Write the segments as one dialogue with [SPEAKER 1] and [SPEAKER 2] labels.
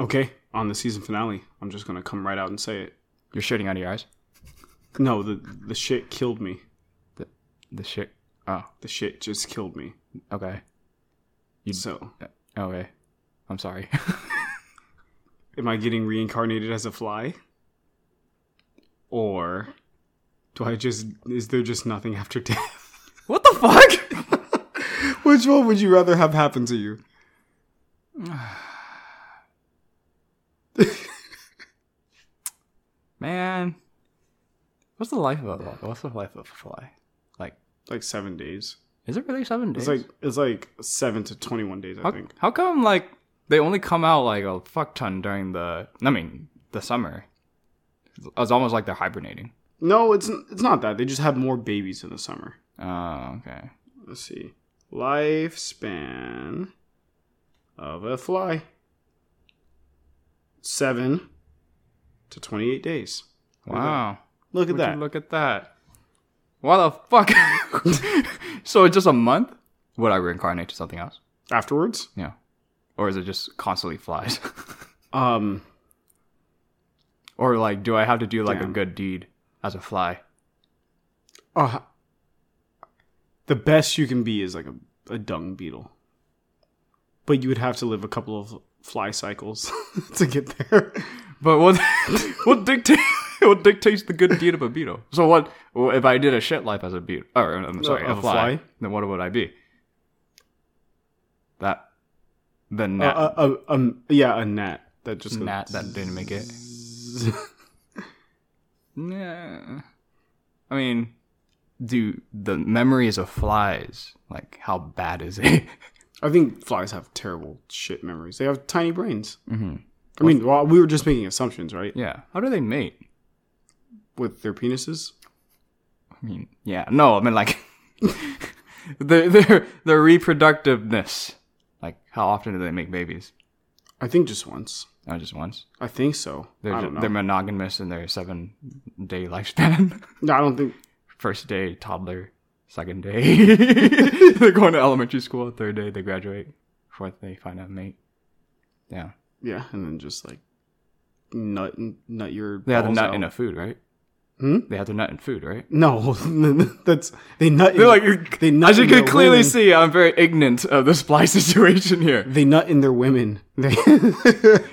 [SPEAKER 1] Okay, on the season finale, I'm just gonna come right out and say it.
[SPEAKER 2] You're shitting out of your eyes.
[SPEAKER 1] No, the the shit killed me.
[SPEAKER 2] The shit. Oh,
[SPEAKER 1] The shit just killed me.
[SPEAKER 2] okay. You-
[SPEAKER 1] So,
[SPEAKER 2] Okay. I'm sorry.
[SPEAKER 1] am I getting reincarnated as a fly? Or do I just is there just nothing after death?
[SPEAKER 2] what the fuck?
[SPEAKER 1] Which one would you rather have happen to you?
[SPEAKER 2] Man. What's the life of a what's the life of a fly? Like,
[SPEAKER 1] Like 7 days.
[SPEAKER 2] is it really seven
[SPEAKER 1] It's
[SPEAKER 2] days?
[SPEAKER 1] like it's like 7 to 21 days, I
[SPEAKER 2] how,
[SPEAKER 1] think.
[SPEAKER 2] how come like they only come out like a fuck ton during the I mean the summer? It's almost like they're hibernating.
[SPEAKER 1] No, it's it's not that. They just have more babies in the summer.
[SPEAKER 2] Oh, okay.
[SPEAKER 1] Let's see. Lifespan of a fly. 7 to 28 days.
[SPEAKER 2] Wow.
[SPEAKER 1] Look at
[SPEAKER 2] Would you
[SPEAKER 1] that.
[SPEAKER 2] look at that. What the fuck? so it's just a month? Would I reincarnate to something else?
[SPEAKER 1] Afterwards,
[SPEAKER 2] Yeah. Or is it just constantly flies?
[SPEAKER 1] um
[SPEAKER 2] or like do I have to do like a
[SPEAKER 1] Damn.
[SPEAKER 2] good deed as a fly?
[SPEAKER 1] uh, the best you can be is like a, a dung beetle. But you would have to live a couple of fly cycles to get there.
[SPEAKER 2] But what what dictate what dictates the good deed of a beetle? So what well, if I did a shit life as a beetle? Or I'm sorry,
[SPEAKER 1] of
[SPEAKER 2] a
[SPEAKER 1] a
[SPEAKER 2] fly,
[SPEAKER 1] fly?
[SPEAKER 2] Then what would I be? That the
[SPEAKER 1] Uh,
[SPEAKER 2] gnat
[SPEAKER 1] uh, uh, um, yeah, a gnat that just goes
[SPEAKER 2] gnat that didn't make it. Nah. I mean, do the memories of flies like how bad is it?
[SPEAKER 1] I think flies have terrible shit memories. They have tiny brains. Mm-hmm. I mean, well, we were just making assumptions, right?
[SPEAKER 2] yeah. How do they mate?
[SPEAKER 1] With their penises.
[SPEAKER 2] I mean, yeah. No, I mean like their their their reproductiveness. Like how often do they make babies?
[SPEAKER 1] I think just once.
[SPEAKER 2] Not just once.
[SPEAKER 1] I think so.
[SPEAKER 2] They're,
[SPEAKER 1] I
[SPEAKER 2] ju-
[SPEAKER 1] don't know.
[SPEAKER 2] they're monogamous in their seven day lifespan.
[SPEAKER 1] No, I don't think.
[SPEAKER 2] First day, toddler. Second day, they're going to elementary school. Third day, they graduate. Fourth, they find out mate. Yeah.
[SPEAKER 1] Yeah, and then just like nut nut your.
[SPEAKER 2] They have to
[SPEAKER 1] balls
[SPEAKER 2] nut
[SPEAKER 1] out.
[SPEAKER 2] in a food, right?
[SPEAKER 1] Hmm?
[SPEAKER 2] They have to nut in food, right?
[SPEAKER 1] No, that's they nut.
[SPEAKER 2] They're
[SPEAKER 1] in-
[SPEAKER 2] like, you're-
[SPEAKER 1] they nut.
[SPEAKER 2] As you
[SPEAKER 1] in
[SPEAKER 2] can
[SPEAKER 1] their
[SPEAKER 2] clearly
[SPEAKER 1] women.
[SPEAKER 2] see, I'm very ignorant of the supply situation here.
[SPEAKER 1] they nut in their women. They,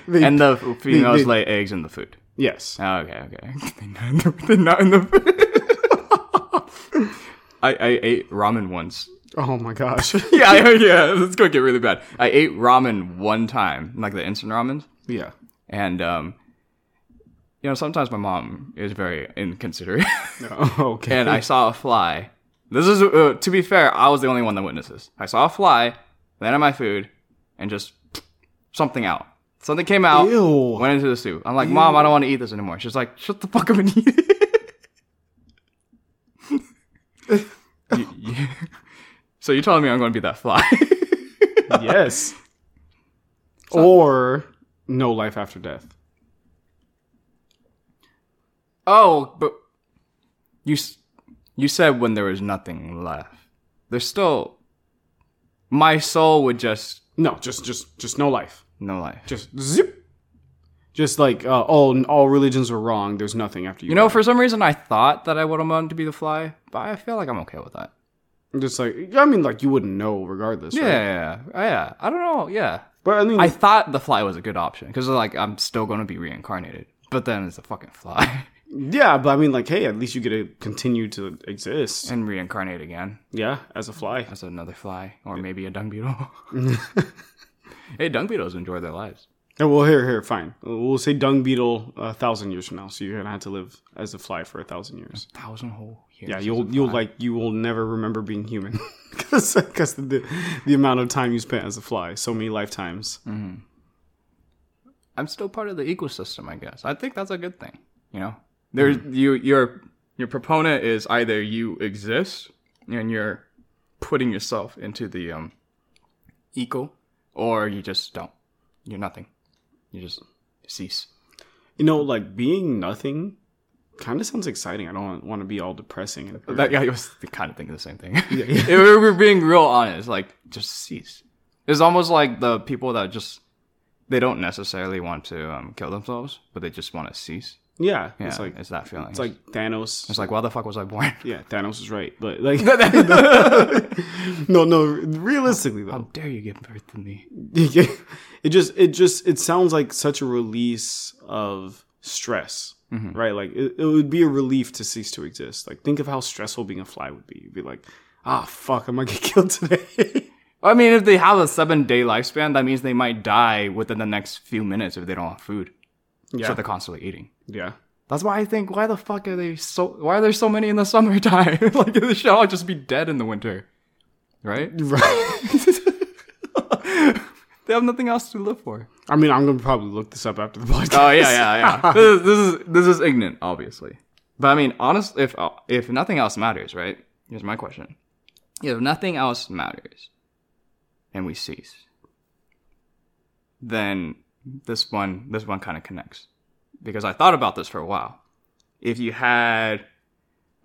[SPEAKER 1] they-
[SPEAKER 2] And the females
[SPEAKER 1] they-
[SPEAKER 2] lay eggs in the food.
[SPEAKER 1] yes,
[SPEAKER 2] Oh, okay, okay. they nut in the, they nut in the food. I, I ate ramen once.
[SPEAKER 1] oh my gosh,
[SPEAKER 2] Yeah, I, yeah, it's going to get really bad. I ate ramen one time, like the instant ramen.
[SPEAKER 1] yeah,
[SPEAKER 2] And, um, you know, sometimes my mom is very inconsiderate.
[SPEAKER 1] no, okay,
[SPEAKER 2] and I saw a fly. This is uh, to be fair, I was the only one that witnessed this. I saw a fly land on my food and just something out. Something came out,
[SPEAKER 1] Ew.
[SPEAKER 2] went into the soup. I'm like, Mom, I don't want to eat this anymore. She's like, Shut the fuck up and eat it. You- you- so you're telling me I'm going to be that fly?
[SPEAKER 1] yes, or no life after death.
[SPEAKER 2] oh, but you s- you said when there was nothing left. There's still my soul would just
[SPEAKER 1] No, just just just no life.
[SPEAKER 2] no life.
[SPEAKER 1] Just zip. Just like uh, all all religions are wrong. There's nothing after you.
[SPEAKER 2] You know, for some reason, I thought that I would have wanted to be the fly, but I feel like I'm okay with that.
[SPEAKER 1] just like I mean, like you wouldn't know regardless.
[SPEAKER 2] Yeah,
[SPEAKER 1] right?
[SPEAKER 2] yeah, yeah, yeah. I don't know. Yeah,
[SPEAKER 1] but I mean,
[SPEAKER 2] I thought the fly was a good option because like I'm still going to be reincarnated, but then it's a fucking fly
[SPEAKER 1] yeah, but I mean, like, hey, at least you get to continue to exist.
[SPEAKER 2] and reincarnate again
[SPEAKER 1] yeah, as a fly.
[SPEAKER 2] as another fly or maybe a dung beetle. hey, dung beetles enjoy their lives.
[SPEAKER 1] Yeah, Oh, well, here, here, fine. We'll say dung beetle a thousand years from now, so you're gonna have to live as a fly for a thousand years.
[SPEAKER 2] Thousand whole years.
[SPEAKER 1] Yeah, you'll you'll like you will never remember being human because the the amount of time you spent as a fly, so many lifetimes.
[SPEAKER 2] I'm still part of the ecosystem, I guess. I think that's a good thing. You know, there's
[SPEAKER 1] Mm-hmm.
[SPEAKER 2] you your your proponent is either you exist and you're putting yourself into the um eco, or you just don't. You're nothing. You just cease.
[SPEAKER 1] You know, like being nothing, kind of sounds exciting. I don't want to be all depressing. And,
[SPEAKER 2] That yeah, I was kind of thinking the same thing.
[SPEAKER 1] yeah.
[SPEAKER 2] if we we're being real honest, like just cease. It's almost like the people that just they don't necessarily want to um, kill themselves, but they just want to cease.
[SPEAKER 1] Yeah,
[SPEAKER 2] Yeah,
[SPEAKER 1] it's like
[SPEAKER 2] it's that feeling.
[SPEAKER 1] it's like Thanos.
[SPEAKER 2] it's like why the fuck was I born?
[SPEAKER 1] yeah, Thanos is right, but like no, no. Realistically
[SPEAKER 2] How
[SPEAKER 1] though,
[SPEAKER 2] dare you give birth to me?
[SPEAKER 1] it just it just it sounds like such a release of stress,
[SPEAKER 2] Mm-hmm.
[SPEAKER 1] right? Like it, it would be a relief to cease to exist. Like think of how stressful being a fly would be. You'd be like, ah, fuck, I might get killed today.
[SPEAKER 2] I mean, if they have a seven day lifespan, that means they might die within the next few minutes if they don't have food.
[SPEAKER 1] yeah,
[SPEAKER 2] So they're constantly eating.
[SPEAKER 1] yeah.
[SPEAKER 2] That's why I think why the fuck are they so why are there so many in the summertime? like they should all just be dead in the winter. Right?
[SPEAKER 1] Right.
[SPEAKER 2] They have nothing else to live for.
[SPEAKER 1] I mean, I'm gonna probably look this up after the podcast.
[SPEAKER 2] Oh yeah, yeah, yeah. this, is, this is this is ignorant, obviously. But I mean, honest, if uh, if nothing else matters, right? Here's my question: If nothing else matters, and we cease, then this one this one kind of connects, because I thought about this for a while. If you had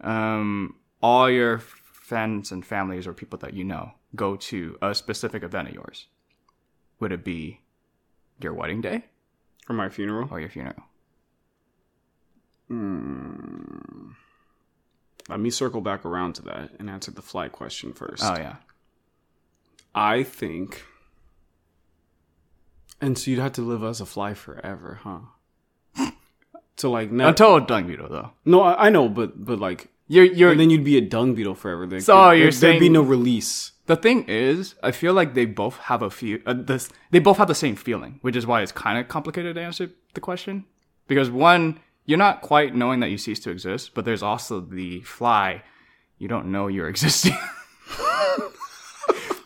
[SPEAKER 2] um, all your friends and families or people that you know go to a specific event of yours, would it be your wedding day?
[SPEAKER 1] For my funeral,
[SPEAKER 2] or your funeral.
[SPEAKER 1] let me circle back around to that and answer the fly question first.
[SPEAKER 2] Oh yeah.
[SPEAKER 1] I think. And so you'd have to live as a fly forever, huh? So like no,
[SPEAKER 2] Until dung beetle though.
[SPEAKER 1] no, I I know, but but like,
[SPEAKER 2] You're you're
[SPEAKER 1] and then you'd be a dung beetle forever. There,
[SPEAKER 2] So
[SPEAKER 1] there-
[SPEAKER 2] you're
[SPEAKER 1] there'd be
[SPEAKER 2] saying-
[SPEAKER 1] no release.
[SPEAKER 2] the thing is, I feel like they both have a few. Uh, this they both have the same feeling, which is why it's kind of complicated to answer the question. Because one, you're not quite knowing that you cease to exist, but there's also the fly. You don't know you're existing.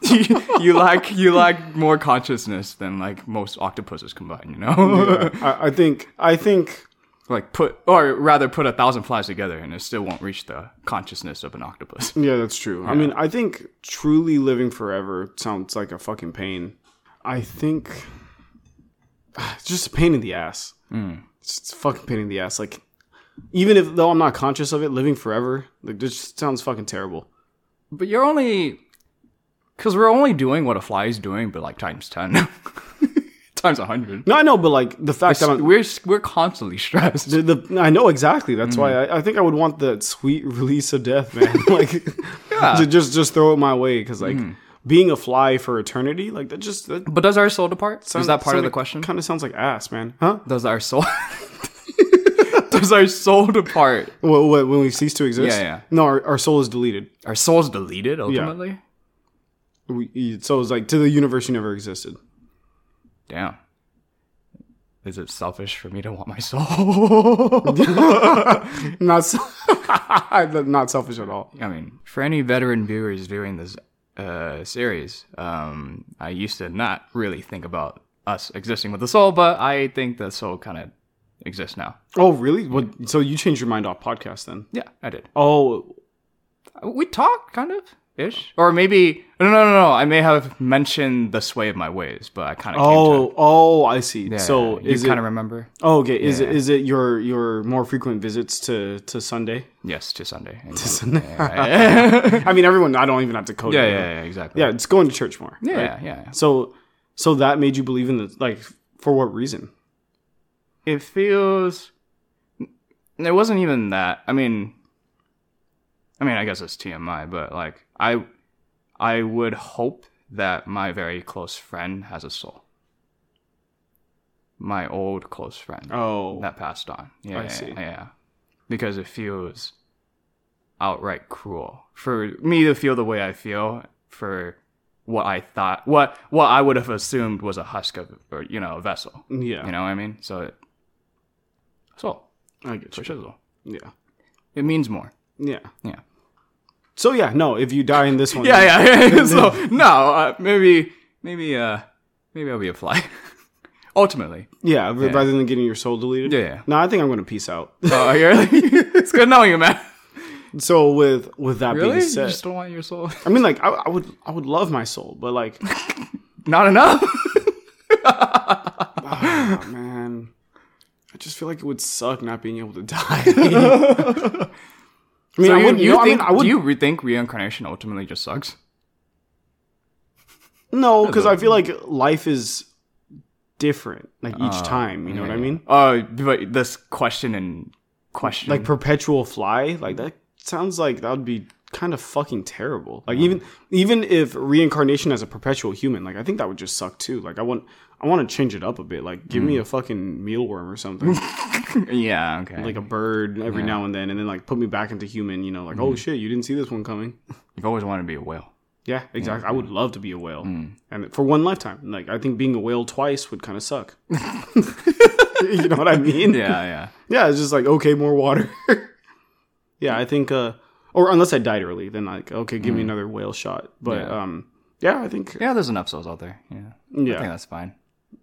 [SPEAKER 2] you, you lack you lack more consciousness than like most octopuses combined. You know,
[SPEAKER 1] I, I think I think
[SPEAKER 2] like put or rather put a thousand flies together and it still won't reach the consciousness of an octopus.
[SPEAKER 1] yeah, that's true. I mean, I think truly living forever sounds like a fucking pain. I think it's just a pain in the ass.
[SPEAKER 2] Mm.
[SPEAKER 1] It's, it's a fucking pain in the ass. Like even if though I'm not conscious of it, living forever like this just sounds fucking terrible.
[SPEAKER 2] But you're only because we're only doing what a fly is doing, but like times ten, times a hundred.
[SPEAKER 1] No, I know, but like the fact that I'm,
[SPEAKER 2] We're we're constantly stressed.
[SPEAKER 1] the, the, I know exactly.
[SPEAKER 2] Mm.
[SPEAKER 1] That's why I, I think I would want that sweet release of death, man. like, ju- just just throw it my way because like
[SPEAKER 2] Mm.
[SPEAKER 1] being a fly for eternity, like that just that
[SPEAKER 2] But does our soul depart? is that part of the question?
[SPEAKER 1] Kind of sounds like ass, man. Huh?
[SPEAKER 2] Does our soul? does our soul depart?
[SPEAKER 1] What, what, when we cease to exist?
[SPEAKER 2] Yeah, yeah.
[SPEAKER 1] No, our, our soul is deleted.
[SPEAKER 2] Our soul's deleted ultimately.
[SPEAKER 1] We, so it's like to the universe you never existed.
[SPEAKER 2] Damn. Is it selfish for me to want my soul?
[SPEAKER 1] Not se- not selfish at all.
[SPEAKER 2] I mean, for any veteran viewers viewing this uh, series, um, I used to not really think about us existing with the soul, but I think the soul kind of exists now.
[SPEAKER 1] Oh, really? What? So you changed your mind off podcast then?
[SPEAKER 2] Yeah, I did.
[SPEAKER 1] Oh,
[SPEAKER 2] We talk kind of ish, or maybe no, no, no, no. I may have mentioned the sway of my ways, but I kind of came to.
[SPEAKER 1] oh, oh! I see.
[SPEAKER 2] Yeah,
[SPEAKER 1] so
[SPEAKER 2] you
[SPEAKER 1] is it
[SPEAKER 2] kind of remember?
[SPEAKER 1] Oh, okay. Is it is it your your more frequent visits to to Sunday?
[SPEAKER 2] Yes, to Sunday. To
[SPEAKER 1] Sunday.
[SPEAKER 2] Yeah, yeah,
[SPEAKER 1] I mean, everyone. I don't even have to code.
[SPEAKER 2] yeah,
[SPEAKER 1] it.
[SPEAKER 2] yeah, exactly.
[SPEAKER 1] yeah. It's going to church more.
[SPEAKER 2] yeah,
[SPEAKER 1] right?
[SPEAKER 2] yeah, yeah.
[SPEAKER 1] So, so that made you believe in the like for what reason?
[SPEAKER 2] it feels it wasn't even that i mean i mean i guess it's tmi but like i i would hope that my very close friend has a soul my old close friend
[SPEAKER 1] Oh,
[SPEAKER 2] that passed on yeah
[SPEAKER 1] I
[SPEAKER 2] yeah,
[SPEAKER 1] see.
[SPEAKER 2] yeah because it feels outright cruel for me to feel the way i feel for what i thought what what i would have assumed was a husk of or you know a vessel
[SPEAKER 1] yeah.
[SPEAKER 2] you know what I mean? So it, so
[SPEAKER 1] I get
[SPEAKER 2] for
[SPEAKER 1] you.
[SPEAKER 2] shizzle.
[SPEAKER 1] Yeah,
[SPEAKER 2] It means more.
[SPEAKER 1] yeah,
[SPEAKER 2] Yeah.
[SPEAKER 1] So yeah, no. If you die in this one,
[SPEAKER 2] Yeah, yeah. yeah. so no, uh, maybe maybe uh maybe I'll be a fly. Ultimately.
[SPEAKER 1] yeah, r- Rather than getting your soul deleted,
[SPEAKER 2] Yeah, yeah.
[SPEAKER 1] No, I think I'm going to peace out.
[SPEAKER 2] Oh, are you really? it's good knowing you, man.
[SPEAKER 1] so with with that
[SPEAKER 2] Really?
[SPEAKER 1] being
[SPEAKER 2] You
[SPEAKER 1] said,
[SPEAKER 2] just don't want your soul.
[SPEAKER 1] I mean, like I, I would I would love my soul, but like,
[SPEAKER 2] Not enough.
[SPEAKER 1] ah, man, I just feel like it would suck not being able to die. I mean,
[SPEAKER 2] So
[SPEAKER 1] I
[SPEAKER 2] you,
[SPEAKER 1] wouldn't.
[SPEAKER 2] you
[SPEAKER 1] no, I mean,
[SPEAKER 2] think,
[SPEAKER 1] I would
[SPEAKER 2] do you re- think reincarnation ultimately just sucks?
[SPEAKER 1] No, because I feel like life is different like each time. You know what I mean?
[SPEAKER 2] Uh, but this question and question.
[SPEAKER 1] Like perpetual fly. Like that sounds like that would be kind of fucking terrible. Like even even if reincarnation as a perpetual human, like I think that would just suck too. Like I want I want to change it up a bit. Like give me a fucking mealworm or something.
[SPEAKER 2] yeah, okay.
[SPEAKER 1] like a bird every now and then, and then like put me back into human. You know, like oh shit, you didn't see this one coming.
[SPEAKER 2] You've always wanted to be a whale.
[SPEAKER 1] Yeah, exactly. I would love to be a whale, and for one lifetime. Like I think being a whale twice would kind of suck. you know what I mean?
[SPEAKER 2] Yeah, yeah.
[SPEAKER 1] Yeah, it's just like okay, more water. yeah, I think. uh Or unless I died early, then like okay, give me another whale shot. But
[SPEAKER 2] Mm. Yeah.
[SPEAKER 1] um, yeah, I think
[SPEAKER 2] Yeah, there's enough souls out there. Yeah. I think
[SPEAKER 1] yeah,
[SPEAKER 2] that's fine.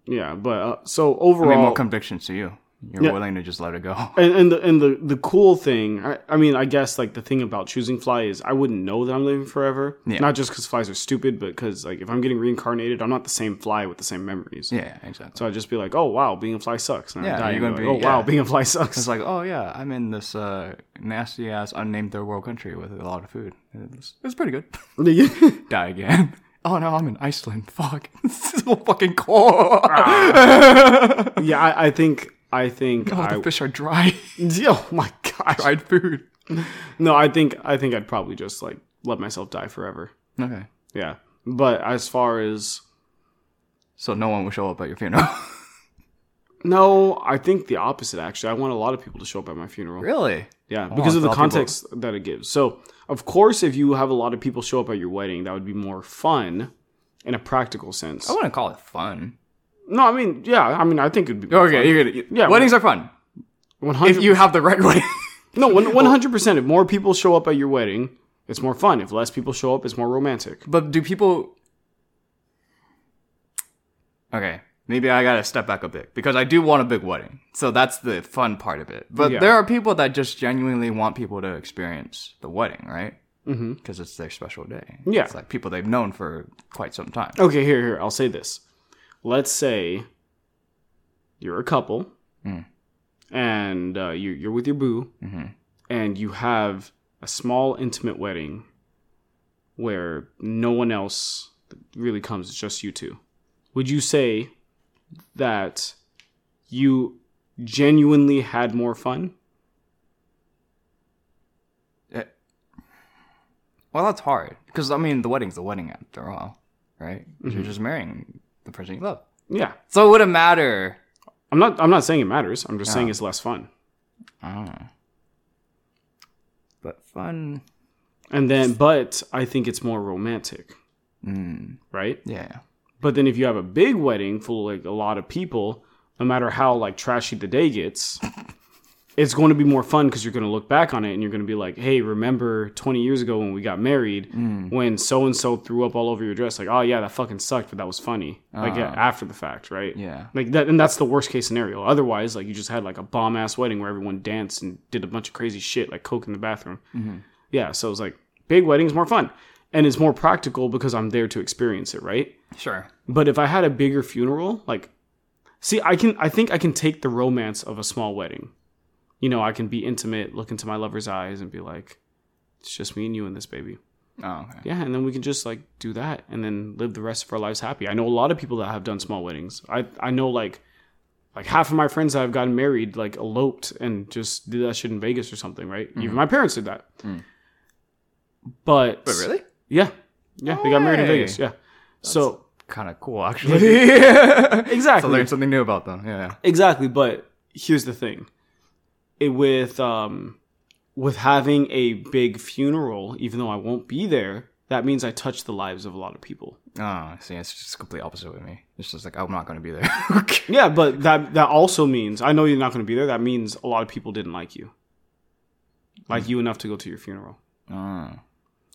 [SPEAKER 1] yeah. But uh, so
[SPEAKER 2] I
[SPEAKER 1] overall,
[SPEAKER 2] mean, more convictions to you. You're
[SPEAKER 1] Yeah.
[SPEAKER 2] willing to just let it go.
[SPEAKER 1] and, and the and the the cool thing, I, I mean, I guess like the thing about choosing fly is I wouldn't know that I'm living forever.
[SPEAKER 2] Yeah.
[SPEAKER 1] Not just because flies are stupid, but because like if I'm getting reincarnated, I'm not the same fly with the same memories.
[SPEAKER 2] Yeah, exactly.
[SPEAKER 1] So I'd just be like, oh wow, being a fly sucks. And
[SPEAKER 2] Yeah,
[SPEAKER 1] I'm dying,
[SPEAKER 2] you're gonna
[SPEAKER 1] like,
[SPEAKER 2] be-
[SPEAKER 1] oh wow,
[SPEAKER 2] yeah.
[SPEAKER 1] being a fly sucks.
[SPEAKER 2] It's like, oh yeah, I'm in this uh, nasty ass unnamed third world country with a lot of food. It's, it's pretty good. Die again. Oh no, I'm in Iceland. Fuck, this is so fucking cold.
[SPEAKER 1] yeah, I, I think I think
[SPEAKER 2] All the
[SPEAKER 1] I.
[SPEAKER 2] fish are dry.
[SPEAKER 1] Oh my gosh.
[SPEAKER 2] Dried food.
[SPEAKER 1] No, I think I think I'd probably just like let myself die forever.
[SPEAKER 2] Okay,
[SPEAKER 1] Yeah. But as far as
[SPEAKER 2] so no one will show up at your funeral.
[SPEAKER 1] no, I think the opposite actually. I want a lot of people to show up at my funeral.
[SPEAKER 2] really?
[SPEAKER 1] Yeah, because of the
[SPEAKER 2] tell people-
[SPEAKER 1] context that it gives. So, of course, if you have a lot of people show up at your wedding, that would be more fun in a practical sense.
[SPEAKER 2] I wouldn't call it fun.
[SPEAKER 1] No, I mean, yeah, I mean, I think it'd be
[SPEAKER 2] Okay, you're gonna.
[SPEAKER 1] Yeah,
[SPEAKER 2] weddings are fun
[SPEAKER 1] one
[SPEAKER 2] if
[SPEAKER 1] hundred.
[SPEAKER 2] you Oh. have the right wedding.
[SPEAKER 1] No, one hundred percent. If more people show up at your wedding, it's more fun. If less people show up, it's more romantic.
[SPEAKER 2] But do people? Okay, maybe I gotta step back a bit because I do want a big wedding, so that's the fun part of it. But
[SPEAKER 1] Yeah.
[SPEAKER 2] there are people that just genuinely want people to experience the wedding, right?
[SPEAKER 1] hmm
[SPEAKER 2] Because it's their special day.
[SPEAKER 1] Yeah.
[SPEAKER 2] it's like people they've known for quite some time.
[SPEAKER 1] Okay, here, here. I'll say this. Let's say you're a couple,
[SPEAKER 2] Mm.
[SPEAKER 1] and uh, you, you're with your boo,
[SPEAKER 2] hmm
[SPEAKER 1] and you have a small intimate wedding where no one else really comes it's just you two would you say that you genuinely had more fun
[SPEAKER 2] Eh, Well, that's hard because I mean the wedding's the wedding after all, right? 'Cause You're just marrying the person you love,
[SPEAKER 1] yeah
[SPEAKER 2] so it wouldn't matter.
[SPEAKER 1] i'm not i'm not saying it matters i'm just saying it's less fun
[SPEAKER 2] Oh. But fun.
[SPEAKER 1] and then but i think it's more romantic
[SPEAKER 2] Mm,
[SPEAKER 1] right
[SPEAKER 2] yeah.
[SPEAKER 1] but then if you have a big wedding full of like a lot of people no matter how like trashy the day gets it's going to be more fun because you're going to look back on it and you're going to be like hey remember 20 years ago when we got married when so and so threw up all over your dress like oh yeah that fucking sucked but that was funny like yeah, after the fact right
[SPEAKER 2] Yeah.
[SPEAKER 1] like that and that's the worst case scenario otherwise like you just had like a bomb ass wedding where everyone danced and did a bunch of crazy shit like coke in the bathroom yeah so it's like big weddings more fun and it's more practical because i'm there to experience it right
[SPEAKER 2] Sure.
[SPEAKER 1] but if I had a bigger funeral, like, see, I can, I think I can take the romance of a small wedding. You know, I can be intimate, look into my lover's eyes, and be like, "It's just me and you and this baby."
[SPEAKER 2] Oh, okay.
[SPEAKER 1] Yeah, and then we can just like do that, and then live the rest of our lives happy. I know a lot of people that have done small weddings. I, I know like, like half of my friends that have gotten married like eloped and just did that shit in Vegas or something, right? Even my parents did that. But,
[SPEAKER 2] But really?
[SPEAKER 1] yeah, yeah, they got married in
[SPEAKER 2] Hey.
[SPEAKER 1] Vegas. Yeah, so
[SPEAKER 2] Kind of cool, actually.
[SPEAKER 1] exactly.
[SPEAKER 2] to learn something new about them. Yeah.
[SPEAKER 1] Exactly, but here's the thing: it, with um, with having a big funeral, even though I won't be there, that means I touch the lives of a lot of people.
[SPEAKER 2] Oh, see, it's just complete opposite with me. It's just like I'm not gonna be there. okay.
[SPEAKER 1] Yeah, but that that also means I know you're not going to be there. That means a lot of people didn't like you, like you enough to go to your funeral.
[SPEAKER 2] Oh.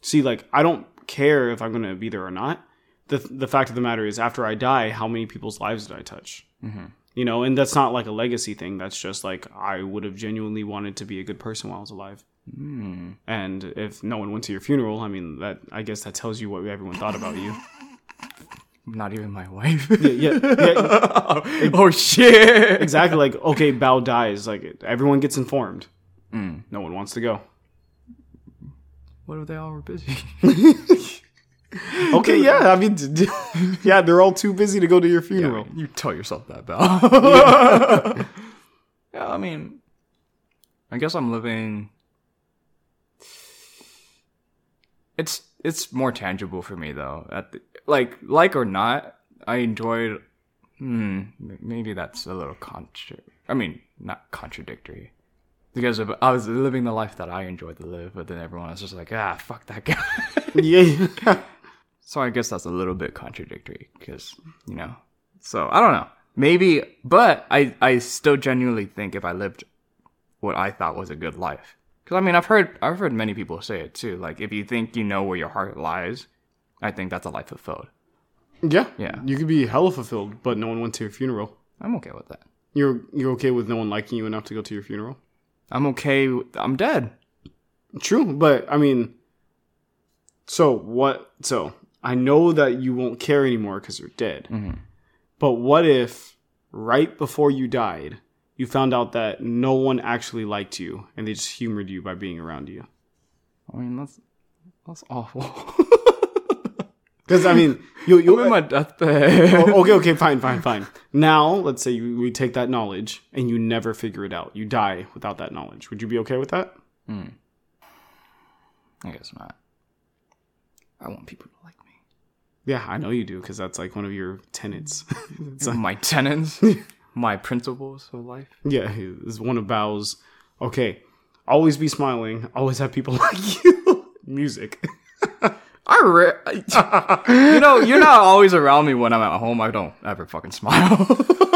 [SPEAKER 1] See, like I don't care if I'm going to be there or not. the The fact of the matter is, after I die, how many people's lives did I touch?
[SPEAKER 2] Mhm.
[SPEAKER 1] You know, and that's not like a legacy thing. That's just like I would have genuinely wanted to be a good person while I was alive.
[SPEAKER 2] Hmm.
[SPEAKER 1] And if no one went to your funeral, I mean, that I guess that tells you what everyone thought about you.
[SPEAKER 2] Not even my wife.
[SPEAKER 1] yeah, yeah,
[SPEAKER 2] oh shit.
[SPEAKER 1] exactly. Like, okay, Bao dies. Like, everyone gets informed. Hmm. No one wants to go.
[SPEAKER 2] What if they all were busy?
[SPEAKER 1] Okay, yeah. I mean, d- d- yeah, they're all too busy to go to your funeral.
[SPEAKER 2] You tell yourself that, Val. yeah, I mean, I guess I'm living. It's it's more tangible for me though. At the, like like or not, I enjoyed. Hmm, m- maybe that's a little contra. I mean, not contradictory. Because if I was living the life that I enjoyed to live, but then everyone was just like, ah, fuck that guy.
[SPEAKER 1] Yeah.
[SPEAKER 2] So I guess that's a little bit contradictory because, you know, so I don't know. Maybe, but I, I still genuinely think if I lived what I thought was a good life. Because I mean, I've heard, I've heard many people say it too. Like, if you think you know where your heart lies, I think that's a life fulfilled.
[SPEAKER 1] yeah.
[SPEAKER 2] Yeah.
[SPEAKER 1] You could be hella fulfilled, but no one went to your funeral.
[SPEAKER 2] I'm okay with that.
[SPEAKER 1] You're you're okay with no one liking you enough to go to your funeral?
[SPEAKER 2] I'm okay. With, I'm dead.
[SPEAKER 1] True, but I mean, so what? So I know that you won't care anymore because you're dead. But what if right before you died, you found out that no one actually liked you and they just humored you by being around you?
[SPEAKER 2] I mean, that's, that's awful.
[SPEAKER 1] Because I mean, you you oh,
[SPEAKER 2] I'm in my deathbed.
[SPEAKER 1] okay okay fine fine fine. Now let's say you, we take that knowledge and you never figure it out. You die without that knowledge. Would you be okay with that?
[SPEAKER 2] I guess not. I want people to like me.
[SPEAKER 1] Yeah, I know you do because that's like one of your tenets. It's
[SPEAKER 2] my tenants, my principles of life.
[SPEAKER 1] Yeah, it's one of Bow's. Okay, always be smiling. Always have people like you. Music.
[SPEAKER 2] I, re- you know, you're not always around me when I'm at home. I don't ever fucking smile.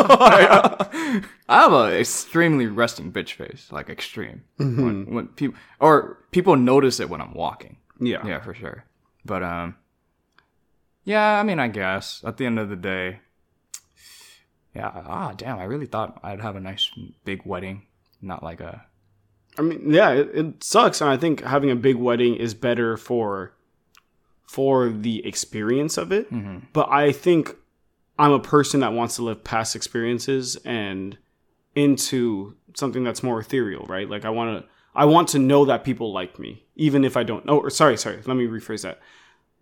[SPEAKER 2] I have a extremely resting bitch face, like extreme. When, when people or people notice it when I'm walking.
[SPEAKER 1] Yeah.
[SPEAKER 2] Yeah, for sure. But um, yeah. I mean, I guess at the end of the day, yeah. Ah, damn. I really thought I'd have a nice big wedding, not like a
[SPEAKER 1] I mean, yeah, it, it sucks, and I think having a big wedding is better for for the experience of it. But I think I'm a person that wants to live past experiences and into something that's more ethereal, right? Like I want to I want to know that people like me, even if I don't know. Or sorry, sorry. Let me rephrase that.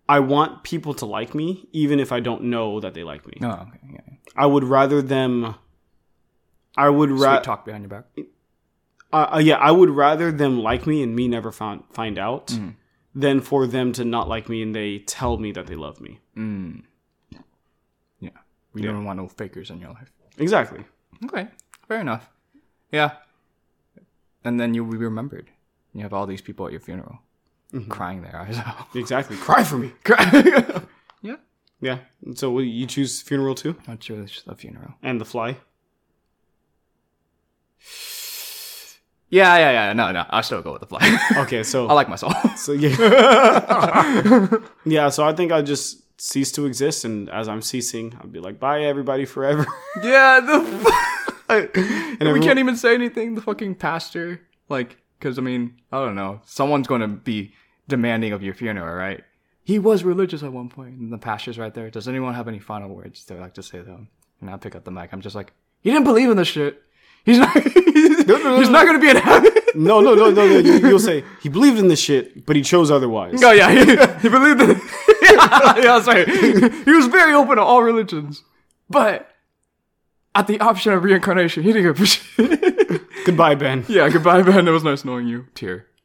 [SPEAKER 1] I want people to like me, even if I don't know that they like me.
[SPEAKER 2] no. oh, okay, yeah.
[SPEAKER 1] I would rather them. I would
[SPEAKER 2] Sweet
[SPEAKER 1] rather
[SPEAKER 2] talk behind your back.
[SPEAKER 1] uh, uh, yeah, I would rather them like me and me never found find out
[SPEAKER 2] Mm-hmm.
[SPEAKER 1] than for them to not like me and they tell me that they love me.
[SPEAKER 2] Mm. Yeah. We don't want no fakers in your life.
[SPEAKER 1] Exactly.
[SPEAKER 2] Okay. Fair enough. Yeah. And then you'll be remembered. You have all these people at your funeral crying their eyes out.
[SPEAKER 1] Exactly. Cry for me.
[SPEAKER 2] Cry- yeah.
[SPEAKER 1] Yeah. So will you choose funeral too
[SPEAKER 2] Not sure it's a funeral.
[SPEAKER 1] and the fly.
[SPEAKER 2] Yeah, yeah, yeah. No, no. I'll still go with the fly.
[SPEAKER 1] Okay. So
[SPEAKER 2] I like myself.
[SPEAKER 1] so yeah. yeah. So I think I just cease to exist, and as I'm ceasing, I'll be like, bye everybody forever.
[SPEAKER 2] yeah, the fu-
[SPEAKER 1] and
[SPEAKER 2] we
[SPEAKER 1] everyone-
[SPEAKER 2] can't even say anything. The fucking pastor. Like, because, I mean, I don't know. Someone's going to be demanding of your funeral, right? He was religious at one point, and the pastor's right there. Does anyone have any final words they would like to say to him? And I pick up the mic. I'm just like, he didn't believe in this shit. He's not. he's not going to be in heaven.
[SPEAKER 1] No, no, no, no, no. You, you'll say he believed in this shit, but he chose otherwise.
[SPEAKER 2] Oh yeah, he, he believed in. yeah, yeah, sorry. He was very open to all religions, but at the option of reincarnation, he didn't give a shit.
[SPEAKER 1] Goodbye, Ben.
[SPEAKER 2] yeah, goodbye, man. It was nice knowing you. Tear.